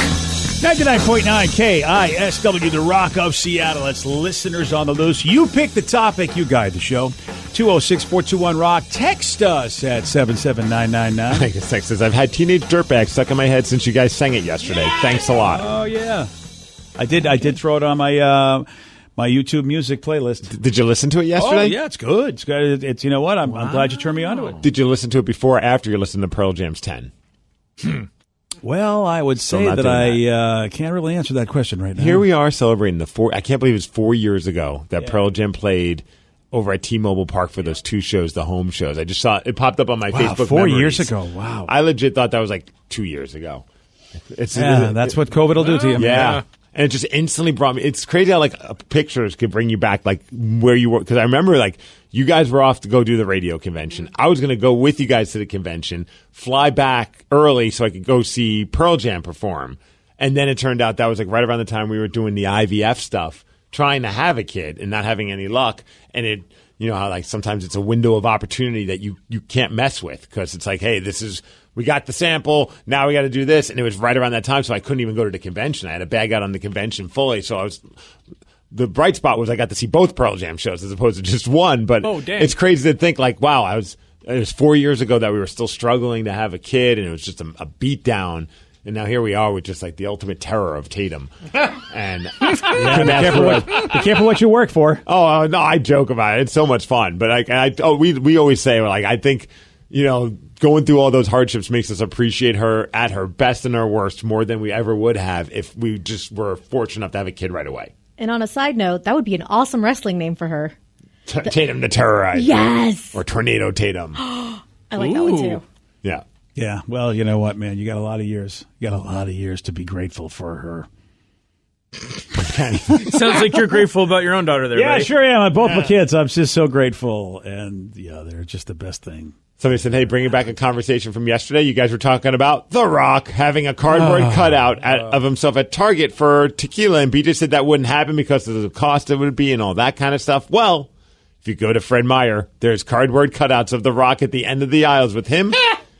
[SPEAKER 1] 99.9 KISW, The Rock of Seattle. It's listeners on the loose. You pick the topic, you guide the show. 206 421 Rock. Text us at 77999.
[SPEAKER 3] I guess text says, I've had teenage dirtbag stuck in my head since you guys sang it yesterday. Thanks a lot.
[SPEAKER 1] Oh, yeah. I did I did throw it on my uh, my YouTube music playlist.
[SPEAKER 3] Did you listen to it yesterday?
[SPEAKER 1] Oh, yeah, it's good. It's good. It's, you know what? I'm, I'm glad you turned me on to it.
[SPEAKER 3] Did you listen to it before or after you listened to Pearl Jam's 10?
[SPEAKER 1] Well, I would
[SPEAKER 3] Still
[SPEAKER 1] say
[SPEAKER 3] not
[SPEAKER 1] that
[SPEAKER 3] doing
[SPEAKER 1] I Uh, can't really answer that question right now.
[SPEAKER 3] Here we are celebrating the four. I can't believe it was four years ago that Pearl Jam played over at T-Mobile Park for those two shows, the home shows. I just saw it, it popped up on my
[SPEAKER 1] Wow,
[SPEAKER 3] Facebook.
[SPEAKER 1] four
[SPEAKER 3] memories.
[SPEAKER 1] years ago. Wow.
[SPEAKER 3] I legit thought that was like two years ago. It's,
[SPEAKER 1] Yeah, that's what COVID will do to you.
[SPEAKER 3] Yeah. And it just instantly brought me. It's crazy how like uh, pictures could bring you back like where you were. Because I remember like you guys were off to go do the radio convention. I was going to go with you guys to the convention, fly back early so I could go see Pearl Jam perform. And then it turned out that was like right around the time we were doing the IVF stuff, trying to have a kid and not having any luck. And it, you know how like sometimes it's a window of opportunity that you you can't mess with because it's like hey this is we got the sample now we got to do this and it was right around that time so i couldn't even go to the convention i had a bag out on the convention fully so i was the bright spot was i got to see both pearl jam shows as opposed to just one but
[SPEAKER 10] Oh, dang.
[SPEAKER 3] it's crazy to think like wow i was it was four years ago that we were still struggling to have a kid and it was just a, a beat down and now here we are with just like the ultimate terror of Tatum, and
[SPEAKER 1] Yeah, be, careful what, be careful what you work for.
[SPEAKER 3] Oh uh, no, I joke about it. It's so much fun. But like, I oh, we we always say like I think you know going through all those hardships makes us appreciate her at her best and her worst more than we ever would have if we just were fortunate enough to have a kid right away.
[SPEAKER 6] And on a side note, that would be an awesome wrestling name for her.
[SPEAKER 3] T- Tatum to terrorize.
[SPEAKER 6] Yes!
[SPEAKER 3] Or tornado Tatum.
[SPEAKER 6] I like that one
[SPEAKER 1] Ooh.
[SPEAKER 6] too.
[SPEAKER 3] Yeah.
[SPEAKER 1] Yeah. Well, you know what, man? You got a lot of years. You got a lot of years to be grateful for her.
[SPEAKER 10] Sounds like you're grateful about your own daughter there.
[SPEAKER 1] yeah,
[SPEAKER 10] buddy.
[SPEAKER 1] sure am. I both my
[SPEAKER 10] Yeah.
[SPEAKER 1] kids. I'm just so grateful, and yeah, they're just the best thing.
[SPEAKER 3] Somebody said, "Hey, bringing back a conversation from yesterday. You guys were talking about The Rock having a cardboard
[SPEAKER 1] Oh.
[SPEAKER 3] cutout at, of himself at Target for tequila, and BJ said that wouldn't happen because of the cost it would be and all that kind of stuff. Well, if you go to Fred Meyer, there's cardboard cutouts of The Rock at the end of the aisles with him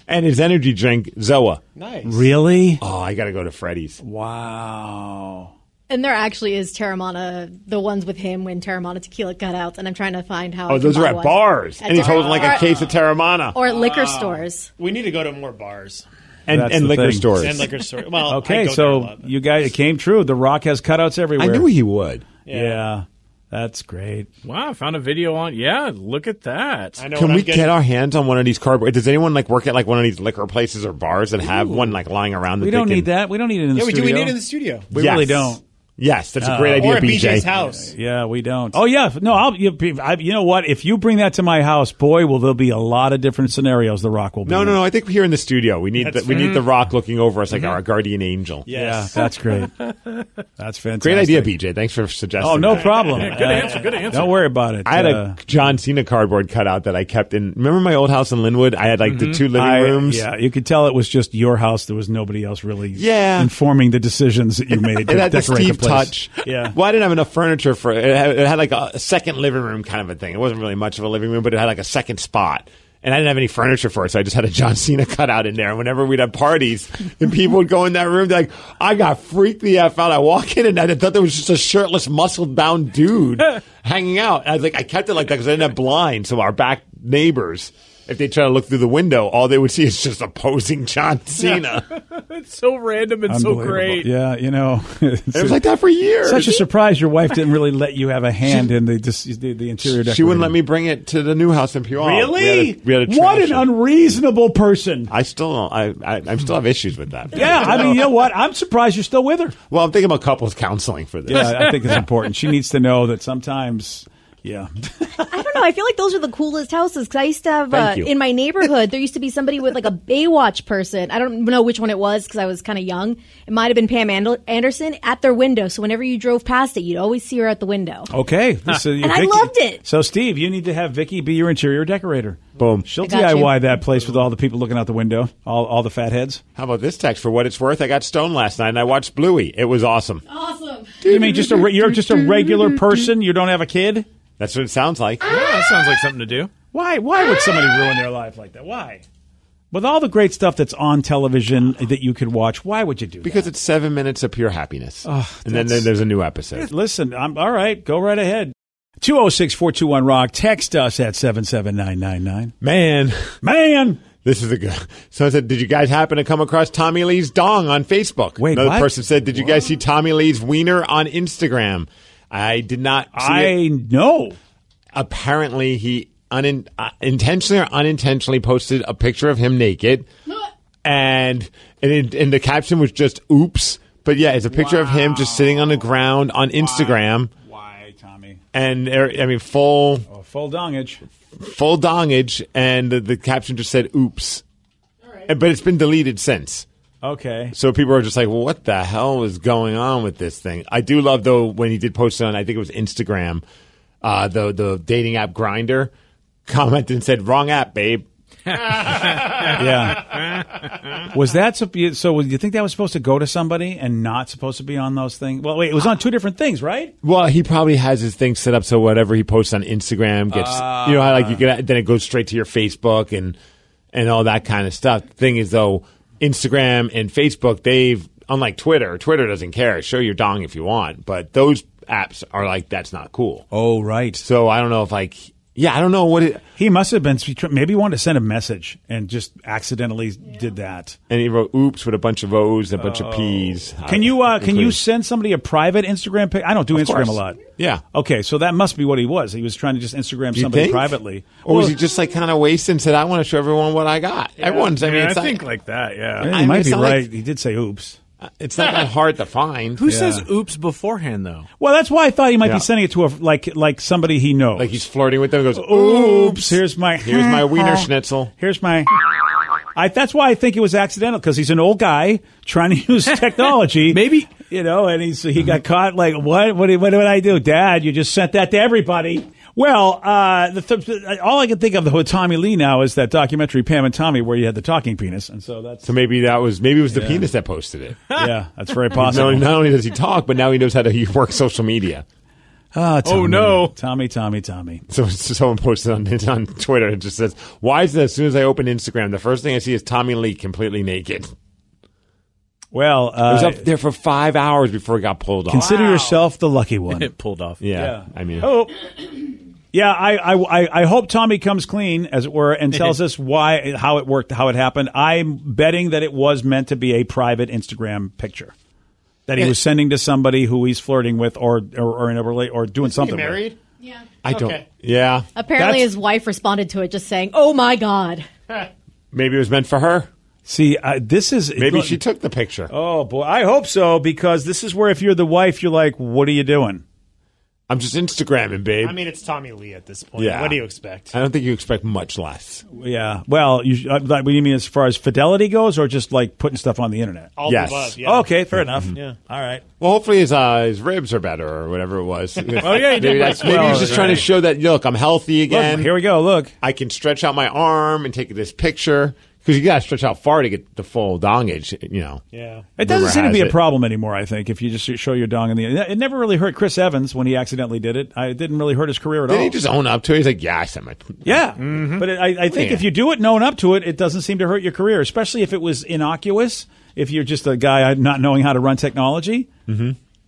[SPEAKER 3] and his energy drink Zoa.
[SPEAKER 9] Nice.
[SPEAKER 1] Really?
[SPEAKER 3] Oh, I got to go to Freddy's.
[SPEAKER 1] Wow.
[SPEAKER 6] And there actually is Terramana, the ones with him when Terramana tequila cutouts, and I'm trying to find how. I
[SPEAKER 3] Oh,
[SPEAKER 6] can
[SPEAKER 3] those are
[SPEAKER 6] buy
[SPEAKER 3] at
[SPEAKER 6] one.
[SPEAKER 3] bars,
[SPEAKER 6] At
[SPEAKER 3] and he's
[SPEAKER 6] bar-
[SPEAKER 3] holding like
[SPEAKER 6] or
[SPEAKER 3] a
[SPEAKER 6] at-
[SPEAKER 3] case of Terramana.
[SPEAKER 6] Or at liquor
[SPEAKER 9] Wow.
[SPEAKER 6] stores.
[SPEAKER 9] We need to go to more bars
[SPEAKER 3] And-
[SPEAKER 1] That's
[SPEAKER 3] and
[SPEAKER 1] the
[SPEAKER 3] liquor
[SPEAKER 1] thing.
[SPEAKER 3] stores.
[SPEAKER 9] and liquor stores. Well, I
[SPEAKER 1] Okay,
[SPEAKER 9] go there a
[SPEAKER 1] so
[SPEAKER 9] lot.
[SPEAKER 1] you guys, it came true. The Rock has cutouts everywhere.
[SPEAKER 3] I knew he would.
[SPEAKER 1] Yeah. that's great.
[SPEAKER 10] Wow, I found a video on. Yeah, look at that.
[SPEAKER 9] I know
[SPEAKER 3] Can
[SPEAKER 9] what
[SPEAKER 3] we
[SPEAKER 9] I'm getting-
[SPEAKER 3] get our hands on one of these cardboard? Does anyone like work at like one of these liquor places or bars and have one like lying around? That
[SPEAKER 1] We
[SPEAKER 3] they
[SPEAKER 1] don't
[SPEAKER 3] can-
[SPEAKER 1] need that. We don't need it in the
[SPEAKER 9] Yeah, we do.
[SPEAKER 1] studio.
[SPEAKER 9] We need it in the studio.
[SPEAKER 1] We
[SPEAKER 3] Yes.
[SPEAKER 1] really don't.
[SPEAKER 3] Yes, that's a
[SPEAKER 1] No.
[SPEAKER 3] great idea,
[SPEAKER 9] Oh. Or at
[SPEAKER 3] BJ.
[SPEAKER 9] BJ's house.
[SPEAKER 1] Yeah, we don't. Oh yeah, no. I'll, you, I, you know what? If you bring that to my house, boy, will there be a lot of different scenarios. The Rock will be.
[SPEAKER 3] No,
[SPEAKER 1] in.
[SPEAKER 3] no, no. I think here in the studio, we need the,
[SPEAKER 9] That's Mm-hmm.
[SPEAKER 3] we need the Rock looking over us like our guardian angel.
[SPEAKER 9] Yes.
[SPEAKER 1] Yeah, that's great. That's fantastic.
[SPEAKER 3] Great idea, BJ. Thanks for suggesting.
[SPEAKER 1] Oh, no
[SPEAKER 3] that.
[SPEAKER 1] problem. Uh,
[SPEAKER 10] Yeah, good answer, good answer.
[SPEAKER 1] Don't worry about it.
[SPEAKER 3] I had
[SPEAKER 1] Uh,
[SPEAKER 3] a John Cena cardboard cutout that I kept in. Remember my old house in Linwood? I had like
[SPEAKER 9] Mm-hmm.
[SPEAKER 3] the two living
[SPEAKER 1] I-
[SPEAKER 3] rooms.
[SPEAKER 1] Yeah, you could tell it was just your house. There was nobody else really
[SPEAKER 3] Yeah.
[SPEAKER 1] informing the decisions that you made to
[SPEAKER 3] It had the
[SPEAKER 1] decorate
[SPEAKER 3] Steve
[SPEAKER 1] the place.
[SPEAKER 3] touch.
[SPEAKER 1] Yeah.
[SPEAKER 3] Well, I didn't have enough furniture for it. Had, it had like a, a second living room kind of a thing. It wasn't really much of a living room, but it had like a second spot. And I didn't have any furniture for it, so I just had a John Cena cutout in there. And whenever we'd have parties and people would go in that room, they're like, I got freaked the F out. I walk in and I thought there was just a shirtless, muscle bound dude hanging out. And I was like, I kept it like that because I didn't have blinds, so our back neighbors if they try to look through the window, all they would see is just opposing John Cena.
[SPEAKER 8] it's so random and so
[SPEAKER 1] Unbelievable.
[SPEAKER 8] great.
[SPEAKER 1] Yeah, you know,
[SPEAKER 3] It was like that for years.
[SPEAKER 1] Such a surprise. Your wife didn't really let you have a hand in the dis- the, the interior.
[SPEAKER 3] She wouldn't
[SPEAKER 1] decorating.
[SPEAKER 3] let me bring it to the new house in
[SPEAKER 1] Oh,
[SPEAKER 3] Puyallup.
[SPEAKER 1] Really?
[SPEAKER 3] We had a, we had a
[SPEAKER 1] what
[SPEAKER 3] trash-
[SPEAKER 1] an unreasonable person.
[SPEAKER 3] I still don't. I, I I still have issues with that.
[SPEAKER 1] Yeah, I mean, you know what? I'm surprised you're still with her.
[SPEAKER 3] Well, I'm thinking about couples counseling for this.
[SPEAKER 1] Yeah, I think it's important. She needs to know that sometimes. Yeah,
[SPEAKER 6] I don't know. I feel like those are the coolest houses because I used to have uh,
[SPEAKER 1] Thank you.
[SPEAKER 6] in my neighborhood. There used to be somebody with like a Baywatch person. I don't know which one it was because I was kind of young. It might have been Pam Andel- Anderson at their window. So whenever you drove past it, you'd always see her at the window.
[SPEAKER 1] Okay, this is-
[SPEAKER 6] And I loved it.
[SPEAKER 1] So, Steve, you need to have Vicky be your interior decorator. Boom, she'll
[SPEAKER 6] I got
[SPEAKER 1] DIY
[SPEAKER 6] you.
[SPEAKER 1] that place with all the people looking out the window, all all the fat heads.
[SPEAKER 3] How about this text? For what it's worth, I got stoned last night and I watched Bluey. It was awesome.
[SPEAKER 6] Awesome.
[SPEAKER 1] You mean just a re- you're just a regular person? You don't have a kid?
[SPEAKER 3] That's what it sounds like. Yeah,
[SPEAKER 8] that sounds like something to do.
[SPEAKER 1] Why? Why would somebody ruin their life like that? Why? With all the great stuff that's on television that you could watch, why would you do
[SPEAKER 3] Because it's seven minutes of pure happiness,
[SPEAKER 1] Ugh,
[SPEAKER 3] and then,
[SPEAKER 1] that's-
[SPEAKER 3] then there's a new episode.
[SPEAKER 1] that? Listen, I'm all right. Go right ahead. 206 421 Rock. Text us at 77999.
[SPEAKER 3] Man,
[SPEAKER 1] man,
[SPEAKER 3] this is a good. Someone said, "Did you guys happen to come across Tommy Lee's dong on Facebook?" Wait, another
[SPEAKER 1] what?
[SPEAKER 3] person said, "Did you guys see Tommy Lee's wiener on Instagram?" I did not. See
[SPEAKER 1] I know.
[SPEAKER 3] Apparently, he unin- uh, intentionally or unintentionally posted a picture of him naked, and and, it, and the caption was just "Oops." But yeah, it's a picture of him just sitting on the ground on Instagram.
[SPEAKER 1] Why, Tommy?
[SPEAKER 3] And er, I mean, full
[SPEAKER 1] Oh, full dongage.
[SPEAKER 3] full dongage, and the, the caption just said "oops," And- but it's been deleted since.
[SPEAKER 1] Okay.
[SPEAKER 3] So people are just like, well, "What the hell is going on with this thing?" I do love though when he did post it on, I think it was Instagram, uh, the the dating app Grinder commented and said, "Wrong app, babe."
[SPEAKER 1] yeah. Was that sup- you- so? Do you think that was supposed to go to somebody and not supposed to be on those things? Well, wait, it was on two different things, right?
[SPEAKER 3] Well, he probably has his thing set up so whatever he posts on Instagram gets, you know, how like you get then it goes straight to your Facebook and and all that kind of stuff. The thing is though, Instagram and Facebook, they've unlike Twitter, Twitter doesn't care. Show your dong if you want, but those apps are like that's not cool.
[SPEAKER 1] Oh, right.
[SPEAKER 3] So I don't know if like yeah, I don't know what it.
[SPEAKER 1] He must have been maybe he wanted to send a message and just accidentally did that.
[SPEAKER 3] And he wrote oops with a bunch of O's and a bunch of P's.
[SPEAKER 1] Can you uh, can you send somebody a private Instagram pic? I don't do
[SPEAKER 3] Of
[SPEAKER 1] Instagram
[SPEAKER 3] course.
[SPEAKER 1] a lot.
[SPEAKER 3] Yeah.
[SPEAKER 1] Okay, so that must be what he was. He was trying to just Instagram
[SPEAKER 3] Do you
[SPEAKER 1] somebody
[SPEAKER 3] think?
[SPEAKER 1] privately.
[SPEAKER 3] Or was
[SPEAKER 1] Well,
[SPEAKER 3] he just like kind of wasted and said, I want to show everyone what I got? Everyone's, I mean,
[SPEAKER 8] Yeah,
[SPEAKER 3] it's
[SPEAKER 8] I
[SPEAKER 3] not-
[SPEAKER 8] think like that. Yeah,
[SPEAKER 1] yeah, he might be right. he did say oops.
[SPEAKER 3] It's not that hard to find.
[SPEAKER 8] Who says oops beforehand though?
[SPEAKER 1] Well, that's why I thought he might
[SPEAKER 3] Yeah.
[SPEAKER 1] be sending it to a like like somebody he knows.
[SPEAKER 3] Like he's flirting with them. Goes,
[SPEAKER 1] oops. Here's my
[SPEAKER 3] Here's my wiener schnitzel.
[SPEAKER 1] Here's my. I, that's why I think it was accidental because he's an old guy trying to use technology. Maybe you know, and he's he got caught. Like what? What? did- What did I do, Dad? You just sent that to everybody. Well, uh, the th- all I can think of with Tommy Lee now is that documentary Pam and Tommy where you had the talking penis, and so that's
[SPEAKER 3] So maybe that was maybe it was the penis that posted it.
[SPEAKER 1] yeah, that's very
[SPEAKER 3] Not,
[SPEAKER 1] possible.
[SPEAKER 3] not only does he talk, but now he knows how to work social media.
[SPEAKER 1] Ah,
[SPEAKER 3] Oh,
[SPEAKER 1] Tommy.
[SPEAKER 3] no.
[SPEAKER 1] Tommy, Tommy, Tommy.
[SPEAKER 3] So so someone posted on on Twitter. It just says, "Why is it as soon as I open Instagram, the first thing I see is Tommy Lee completely naked?"
[SPEAKER 1] Well,
[SPEAKER 3] it was
[SPEAKER 1] uh,
[SPEAKER 3] up there for five hours before it got pulled off.
[SPEAKER 1] consider yourself the lucky one.
[SPEAKER 8] It pulled off.
[SPEAKER 3] yeah, I mean,
[SPEAKER 1] Oh. Yeah, I, I, I- I hope Tommy comes clean, as it were, and tells us why, how it worked, how it happened. I'm betting that it was meant to be a private Instagram picture that he was sending to somebody who he's flirting with, or or, or in a rela- or doing something. with.
[SPEAKER 6] Yeah.
[SPEAKER 3] I don't. Yeah,
[SPEAKER 6] Apparently,
[SPEAKER 3] That's-
[SPEAKER 6] his wife responded to it just saying, "Oh my god."
[SPEAKER 3] maybe it was meant for her.
[SPEAKER 1] See, uh, this is
[SPEAKER 3] maybe
[SPEAKER 1] look-
[SPEAKER 3] she took the picture.
[SPEAKER 1] Oh boy, I hope so because this is where if you're the wife, you're like, what are you doing?
[SPEAKER 3] I'm just Instagramming, babe.
[SPEAKER 12] I mean, it's Tommy Lee at this point.
[SPEAKER 3] yeah.
[SPEAKER 12] What do you expect?
[SPEAKER 3] I don't think you expect much less.
[SPEAKER 1] Yeah. Well, you, uh, like, what do you mean as far as fidelity goes, or just like putting stuff on the internet?
[SPEAKER 8] Oh,
[SPEAKER 12] All
[SPEAKER 3] Yes.
[SPEAKER 12] the above. Yeah.
[SPEAKER 1] Okay, fair enough.
[SPEAKER 3] Mm-hmm.
[SPEAKER 12] Yeah.
[SPEAKER 1] All right.
[SPEAKER 3] Well, hopefully his uh, his ribs are better or whatever it was. oh
[SPEAKER 8] yeah, he did
[SPEAKER 3] maybe, that's,
[SPEAKER 8] break
[SPEAKER 3] maybe
[SPEAKER 8] well,
[SPEAKER 3] he's just trying to
[SPEAKER 8] right.
[SPEAKER 3] show that look, I'm healthy again.
[SPEAKER 1] Look, here we go. Look.
[SPEAKER 3] I can stretch out my arm and take this picture because you got to stretch out far to get the full dongage. You know.
[SPEAKER 12] Yeah.
[SPEAKER 1] It doesn't
[SPEAKER 3] Rumor
[SPEAKER 1] seem to
[SPEAKER 3] has
[SPEAKER 1] be a
[SPEAKER 3] it.
[SPEAKER 1] problem anymore. I think if you just show your dong in the, it never really hurt Chris Evans when he accidentally did it. I, it didn't really hurt his career at
[SPEAKER 3] Did
[SPEAKER 1] all.
[SPEAKER 3] he just own up to it? He's like, yeah, I sent my.
[SPEAKER 1] yeah, but it, I, I think
[SPEAKER 3] Yeah.
[SPEAKER 1] if you do it and own up to it, it doesn't seem to hurt your career,
[SPEAKER 3] Mm-hmm.
[SPEAKER 1] especially if it was innocuous. If you're just a guy not knowing how to run technology,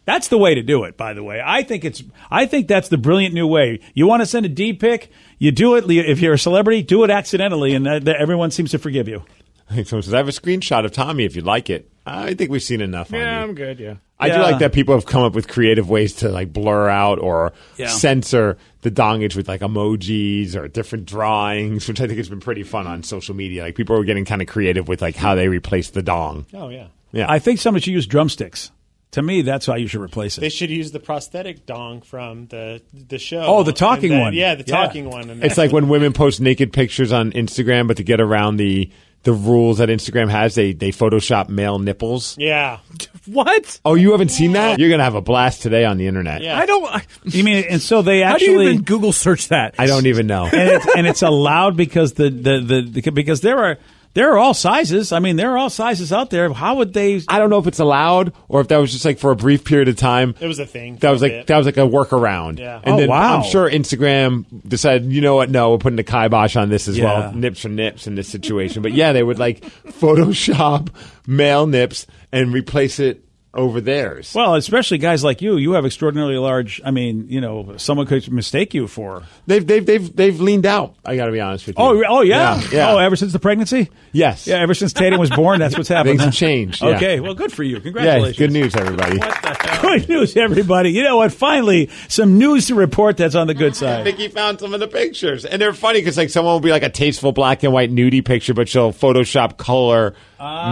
[SPEAKER 1] That's the way to do it, by the way. I think it's I think that's the brilliant new way. You want to send a D pic, you do it if you're a celebrity, do it accidentally and uh, everyone seems to forgive you.
[SPEAKER 3] Someone says, I have a screenshot of Tommy if you'd like it. I think we've seen enough on you.
[SPEAKER 9] Yeah, I'm good. Yeah.
[SPEAKER 3] I do like that people have come up with creative ways to like blur out or
[SPEAKER 9] Yeah.
[SPEAKER 3] censor the dongage with like emojis or different drawings, which I think has been pretty fun on social media. Like people are getting kind of creative with like how they replace the dong.
[SPEAKER 8] Oh yeah.
[SPEAKER 3] Yeah.
[SPEAKER 1] I think somebody should use drumsticks. To me, that's how you should replace it.
[SPEAKER 8] They should use the prosthetic dong from the the show.
[SPEAKER 1] Oh, the talking
[SPEAKER 8] And then-
[SPEAKER 1] one.
[SPEAKER 8] Yeah, the
[SPEAKER 1] Yeah.
[SPEAKER 8] talking one. And
[SPEAKER 3] It's
[SPEAKER 8] then-
[SPEAKER 3] like when women post naked pictures on Instagram, but to get around the the rules that Instagram has, they they Photoshop male nipples.
[SPEAKER 8] yeah.
[SPEAKER 4] What?
[SPEAKER 3] Oh, you haven't seen that? You're gonna have a blast today on the internet.
[SPEAKER 1] I don't. you mean, and so they
[SPEAKER 4] How do
[SPEAKER 1] actually
[SPEAKER 4] you even
[SPEAKER 1] Google search that?
[SPEAKER 3] I don't even know.
[SPEAKER 1] and, it's, and it's allowed because the, the, the because there are there are all sizes. I mean, there are all sizes out there. How would they?
[SPEAKER 3] I don't know if it's allowed or if that was just like for a brief period of time.
[SPEAKER 8] It was a thing
[SPEAKER 3] That
[SPEAKER 8] for
[SPEAKER 3] was
[SPEAKER 8] a
[SPEAKER 3] like
[SPEAKER 8] bit.
[SPEAKER 3] that was like a workaround.
[SPEAKER 8] Yeah.
[SPEAKER 3] And
[SPEAKER 8] Oh,
[SPEAKER 3] then
[SPEAKER 8] wow.
[SPEAKER 3] I'm sure Instagram decided, you know what? No, we're putting the kibosh on this as
[SPEAKER 1] Yeah.
[SPEAKER 3] well. Nips for nips in this situation. but yeah, they would like Photoshop male nips and replace it over theirs.
[SPEAKER 1] Well, especially guys like you, you have extraordinarily large. I mean, you know, someone could mistake you for.
[SPEAKER 3] They've they've they've they've leaned out. I got to be honest with you.
[SPEAKER 1] Oh, re- oh yeah.
[SPEAKER 3] Yeah. yeah.
[SPEAKER 1] Oh, ever since the pregnancy.
[SPEAKER 3] Yes.
[SPEAKER 1] Yeah, ever since Tatum was born, that's what's happened.
[SPEAKER 3] Things have changed, yeah.
[SPEAKER 1] Okay, well, good for you. Congratulations.
[SPEAKER 3] Yeah, good news, everybody.
[SPEAKER 1] Good news, everybody. You know what? Finally, some news to report that's on the good side.
[SPEAKER 3] Mickey found some of the pictures, and they're funny because like someone will be like a tasteful black and white nudie picture, but she'll Photoshop color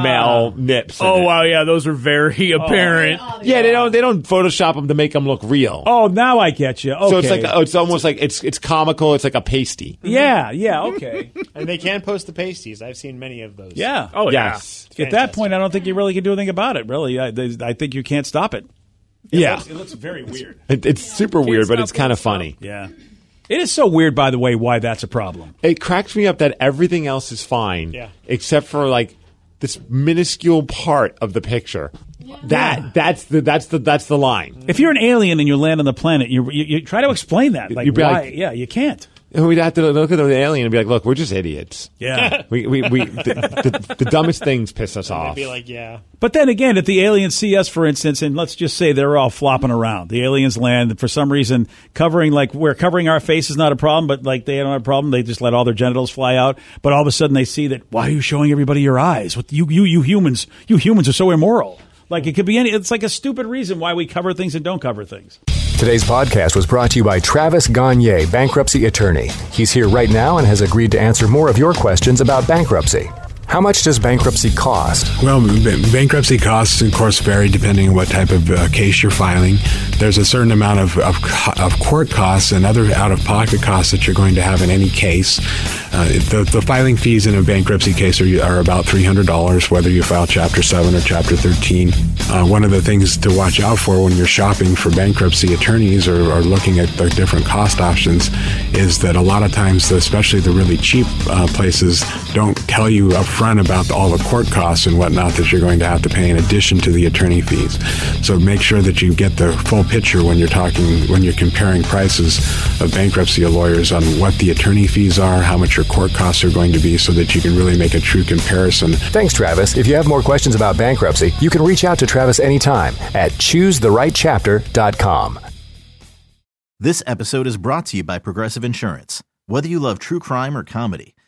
[SPEAKER 3] male nips. in
[SPEAKER 4] Oh
[SPEAKER 3] it. Oh.
[SPEAKER 4] wow, yeah, those are very apparent.
[SPEAKER 3] Yeah, they don't they don't Photoshop them to make them look real.
[SPEAKER 1] Oh, now I get you. Okay.
[SPEAKER 3] So it's like oh, it's almost like it's it's comical. It's like a pasty.
[SPEAKER 1] yeah, yeah, okay.
[SPEAKER 8] and they can post the pasties. I've seen many of those.
[SPEAKER 1] Yeah.
[SPEAKER 3] Oh, Yes.
[SPEAKER 1] At that point, I don't think you really can do anything about it, really. I, they- I think you can't stop it.
[SPEAKER 3] yeah.
[SPEAKER 1] It looks very weird.
[SPEAKER 3] It, it's super weird, but it's kind of funny.
[SPEAKER 1] Yeah. It is so weird, by the way, why that's a problem.
[SPEAKER 3] It cracks me up that everything else is fine,
[SPEAKER 1] Yeah.
[SPEAKER 3] except for like this minuscule part of the picture. That that's the that's the that's the line.
[SPEAKER 1] If you're an alien and you land on the planet, you, you, you try to explain that. Like,
[SPEAKER 3] You'd be
[SPEAKER 1] why?
[SPEAKER 3] like-
[SPEAKER 1] yeah, you can't.
[SPEAKER 3] And we'd have to look at the alien and be like, "Look, we're just idiots.
[SPEAKER 1] Yeah.
[SPEAKER 3] we we, we the, the, the dumbest things piss us
[SPEAKER 8] They'd
[SPEAKER 3] off.
[SPEAKER 8] be like, yeah.
[SPEAKER 1] But then again, if the aliens see us, for instance, and let's just say they're all flopping around, the aliens land and for some reason covering like we're covering our face is not a problem, but like they don't have a problem. They just let all their genitals fly out. But all of a sudden, they see that why are you showing everybody your eyes? What you you you humans you humans are so immoral. Like it could be any. It's like a stupid reason why we cover things and don't cover things.
[SPEAKER 13] Today's podcast was brought to you by Travis Gagne, bankruptcy attorney. He's here right now and has agreed to answer more of your questions about bankruptcy. How much does bankruptcy cost?
[SPEAKER 2] Well, b- bankruptcy costs, of course, vary depending on what type of uh, case you're filing. There's a certain amount of, of, co- of court costs and other out of pocket costs that you're going to have in any case. Uh, the, the filing fees in a bankruptcy case are, are about $300, whether you file Chapter 7 or Chapter 13. Uh, one of the things to watch out for when you're shopping for bankruptcy attorneys or, or looking at their different cost options is that a lot of times, especially the really cheap uh, places, don't tell you upfront about all the court costs and whatnot that you're going to have to pay in addition to the attorney fees. So make sure that you get the full picture when you're talking, when you're comparing prices of bankruptcy lawyers on what the attorney fees are, how much your court costs are going to be, so that you can really make a true comparison.
[SPEAKER 13] Thanks, Travis. If you have more questions about bankruptcy, you can reach out to Travis anytime at choosetherightchapter.com.
[SPEAKER 14] This episode is brought to you by Progressive Insurance. Whether you love true crime or comedy,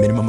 [SPEAKER 15] Minimum